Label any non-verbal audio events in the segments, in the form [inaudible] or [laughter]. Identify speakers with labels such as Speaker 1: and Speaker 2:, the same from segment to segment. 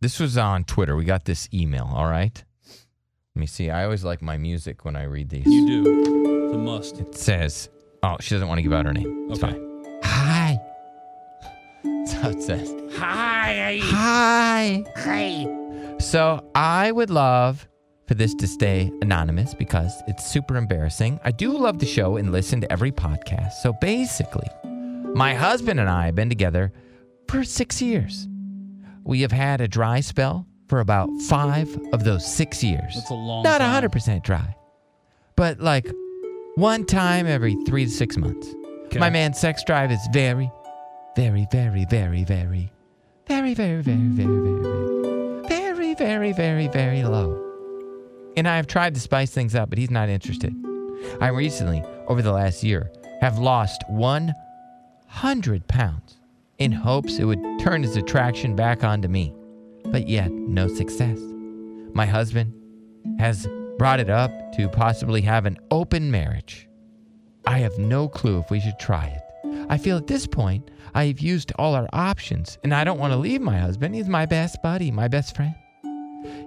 Speaker 1: This was on Twitter. We got this email, all right? Let me see. I always like my music when I read these.
Speaker 2: You do. It's a must.
Speaker 1: It says, oh, she doesn't want to give out her name. It's
Speaker 2: Okay.
Speaker 1: fine. Hi. [laughs] That's how it says. Hi. Hi. Hi. So I would love for this to stay anonymous because it's super embarrassing. I do love the show and listen to every podcast. So basically, my husband and I have been together for six years. We have had a dry spell for about five of those six years.
Speaker 2: That's a long
Speaker 1: Not
Speaker 2: time.
Speaker 1: 100% dry, but like one time every three to six months.
Speaker 2: Okay.
Speaker 1: My man's sex drive is very, very, very, very, very, very, very, very, very, very, very, very, very, very, very low. And I have tried to spice things up, but he's not interested. I recently, over the last year, have lost 100 pounds in hopes it would turn his attraction back onto me, but yet no success. My husband has brought it up to possibly have an open marriage. I have no clue if we should try it. I feel at this point I have used all our options and I don't want to leave my husband. He's my best buddy, my best friend.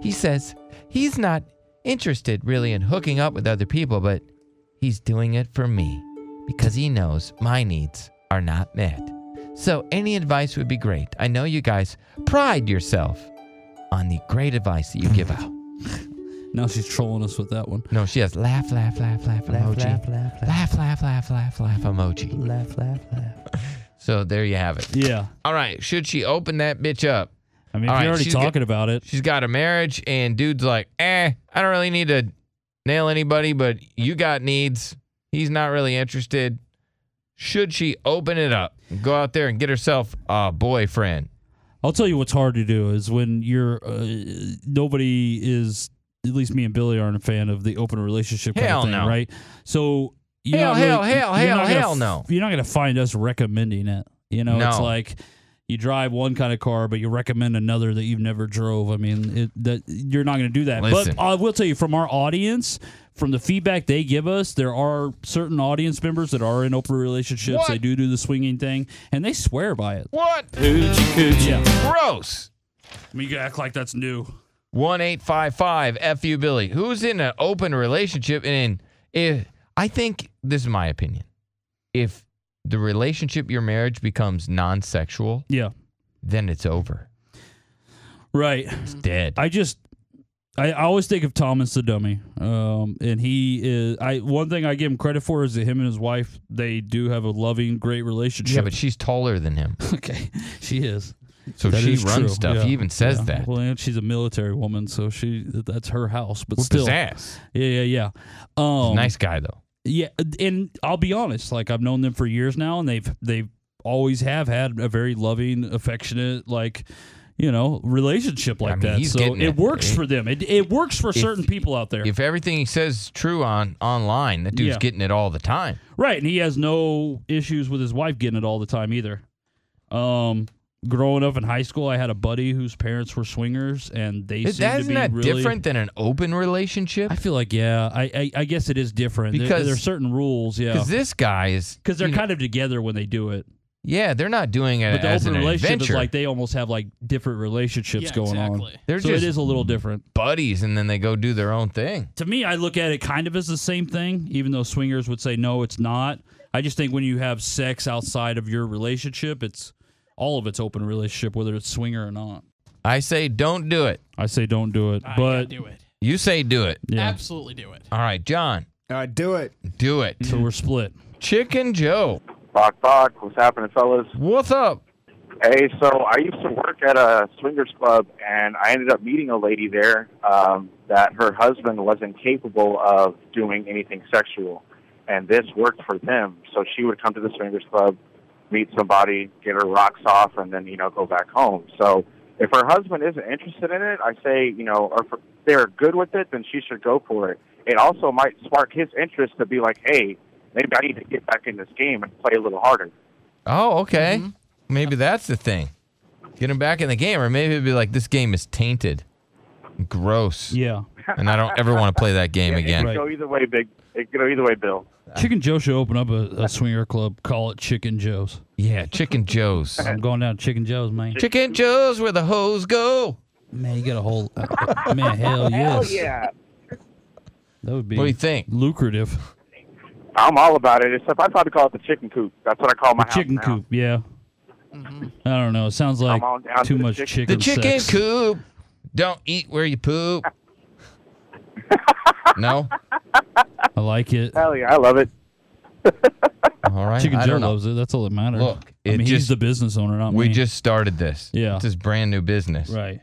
Speaker 1: He says he's not interested really in hooking up with other people, but he's doing it for me because he knows my needs are not met. So, any advice would be great. I know you guys pride yourself on the great advice that you
Speaker 3: [laughs]
Speaker 1: give out.
Speaker 2: Now she's trolling us with that one.
Speaker 1: No, she has laugh, laugh, laugh, laugh, laugh,
Speaker 3: Laugh, laugh,
Speaker 1: laugh,
Speaker 3: laugh, laugh,
Speaker 1: laugh, laugh, laugh, laugh, laugh emoji.
Speaker 3: laugh, laugh, laugh.
Speaker 1: So there you have it.
Speaker 2: Yeah.
Speaker 1: All right, should she open that bitch up?
Speaker 2: I mean, if
Speaker 1: All right,
Speaker 2: you're already
Speaker 1: she's get-
Speaker 2: talking about it,
Speaker 1: She's got a marriage, and dude's like, eh, I don't really need to nail anybody, but you got needs. He's not really interested. Should she open it up? and Go out there and get herself a boyfriend.
Speaker 2: I'll tell you what's hard to do is when you're uh, nobody is at least me and Billy aren't a fan of the open relationship kind
Speaker 1: Hell
Speaker 2: of thing,
Speaker 1: no.
Speaker 2: right? So you're
Speaker 1: Hell,
Speaker 2: not really-
Speaker 1: hell, hell,
Speaker 2: you're not
Speaker 1: hell,
Speaker 2: gonna
Speaker 1: hell
Speaker 2: f-
Speaker 1: no.
Speaker 2: You're not going to find us recommending it. You know, it's
Speaker 1: No.
Speaker 2: like you drive one kind of car, but you recommend another that you've never drove. I mean, it, that you're not going to do that.
Speaker 1: Listen.
Speaker 2: But I will tell you from our audience, from the feedback they give us, there are certain audience members that are in open relationships.
Speaker 1: What?
Speaker 2: They do do the swinging thing, and they swear by it.
Speaker 1: What?
Speaker 2: Yeah.
Speaker 1: Gross.
Speaker 2: I mean, you act like that's new.
Speaker 1: One eight five five fu Billy. Who's in an open relationship and if I think this is my opinion, if the relationship your marriage becomes non-sexual,
Speaker 2: Yeah.
Speaker 1: then it's over.
Speaker 2: Right.
Speaker 1: It's dead.
Speaker 2: I just, I, I always think of Thomas the dummy. Um, and he is, I, one thing I give him credit for is that him and his wife, they do have a loving, great
Speaker 1: yeah,
Speaker 2: relationship.
Speaker 1: but she's taller than him,
Speaker 2: [laughs] okay. She is.
Speaker 1: so
Speaker 2: That
Speaker 1: she
Speaker 2: is
Speaker 1: runs
Speaker 2: true.
Speaker 1: stuff.
Speaker 2: Yeah.
Speaker 1: He even says
Speaker 2: Yeah.
Speaker 1: that.
Speaker 2: Well, and she's a military woman, so she, that's her house, but
Speaker 1: Whoop
Speaker 2: still.
Speaker 1: his ass.
Speaker 2: Yeah, yeah, yeah. Um,
Speaker 1: nice guy though.
Speaker 2: Yeah, uh, and I'll be honest, like I've known them for years now and they've they've always have had a very loving, affectionate like you know, relationship like
Speaker 1: mean,
Speaker 2: that.
Speaker 1: he's
Speaker 2: so
Speaker 1: getting
Speaker 2: it,
Speaker 1: it.
Speaker 2: works
Speaker 1: It-
Speaker 2: for them. It it works for certain people out there.
Speaker 1: If everything he says is true on online, that dude's
Speaker 2: Yeah.
Speaker 1: getting it all the time.
Speaker 2: right, and he has no issues with his wife getting it all the time either. Um growing up in high school, I had a buddy whose parents were swingers and they
Speaker 1: Is-
Speaker 2: seemed to
Speaker 1: Isn't
Speaker 2: be
Speaker 1: that
Speaker 2: really
Speaker 1: different than an open relationship?
Speaker 2: I feel like yeah, I I, I guess it is different. There-
Speaker 1: Because-
Speaker 2: there, are certain rules, yeah.
Speaker 1: Because this guy is
Speaker 2: Cuz they're
Speaker 1: you know-
Speaker 2: kind of together when they do it.
Speaker 1: yeah, they're not doing it
Speaker 2: But the
Speaker 1: as
Speaker 2: open
Speaker 1: an
Speaker 2: relationship
Speaker 1: adventure.
Speaker 2: is like they almost have like different relationships
Speaker 4: Yeah,
Speaker 2: going
Speaker 4: exactly.
Speaker 2: on.
Speaker 1: They're
Speaker 2: so
Speaker 1: just
Speaker 2: it is a little different.
Speaker 1: buddies and then they go do their own thing.
Speaker 2: To me, I look at it kind of as the same thing, even though swingers would say no, it's not. I just think when you have sex outside of your relationship, it's all of it's open relationship, whether it's swinger or not.
Speaker 1: I say don't do it.
Speaker 2: I say don't do it,
Speaker 4: I
Speaker 2: but
Speaker 4: gotta do it.
Speaker 1: You say do it.
Speaker 2: yeah,
Speaker 4: Absolutely do it.
Speaker 1: All right, John,
Speaker 5: All right, do it.
Speaker 1: do it.
Speaker 2: so we're split.
Speaker 1: Chicken Joe,
Speaker 6: Fuck, fuck. What's happening, fellas?
Speaker 1: what's up?
Speaker 6: Hey, so I used to work at a swingers club, and I ended up meeting a lady there um, that her husband wasn't capable of doing anything sexual, and this worked for them. So she would come to the swingers club, meet somebody, get her rocks off, and then you know go back home. So if her husband isn't interested in it, I say you know, or if they're good with it, then she should go for it. It also might spark his interest to be like, hey, maybe I need to get back in this game and play a little harder.
Speaker 1: Oh, okay. Maybe that's the thing. Get him back in the game, or maybe it'd be like this game is tainted, gross,
Speaker 2: Yeah,
Speaker 1: and I don't ever want to play that game again.
Speaker 6: It could go either way, big. It could go either way, Bill.
Speaker 2: Chicken Joe should open up a, a swinger club. Call it Chicken Joe's.
Speaker 1: Yeah, Chicken Joe's.
Speaker 2: I'm going down to Chicken Joe's, man.
Speaker 1: Chicken Joe's where the hoes go.
Speaker 3: Man, you got a whole
Speaker 2: Man, hell yes.
Speaker 4: yeah.
Speaker 3: that would be
Speaker 1: What do you think?
Speaker 2: Lucrative.
Speaker 6: I'm all about it. Except I probably call it the chicken coop. That's what I call my house
Speaker 2: chicken
Speaker 6: now.
Speaker 2: coop, yeah. I don't know. It sounds like
Speaker 6: on down
Speaker 2: too
Speaker 6: to the
Speaker 2: much
Speaker 1: Mm-hmm.
Speaker 2: chicken.
Speaker 6: chicken-
Speaker 1: The chicken
Speaker 2: sex.
Speaker 1: coop. Don't eat where you poop. no?
Speaker 2: I like it.
Speaker 6: Hell yeah, I love it.
Speaker 1: All right.
Speaker 2: Chicken
Speaker 1: I
Speaker 2: Joe
Speaker 1: don't know.
Speaker 2: loves it. That's all that matters.
Speaker 1: Look,
Speaker 2: I
Speaker 1: it
Speaker 2: mean, he's
Speaker 1: just-
Speaker 2: the business owner, not
Speaker 1: We
Speaker 2: me.
Speaker 1: just started this.
Speaker 2: Yeah.
Speaker 1: This is brand new business.
Speaker 2: right.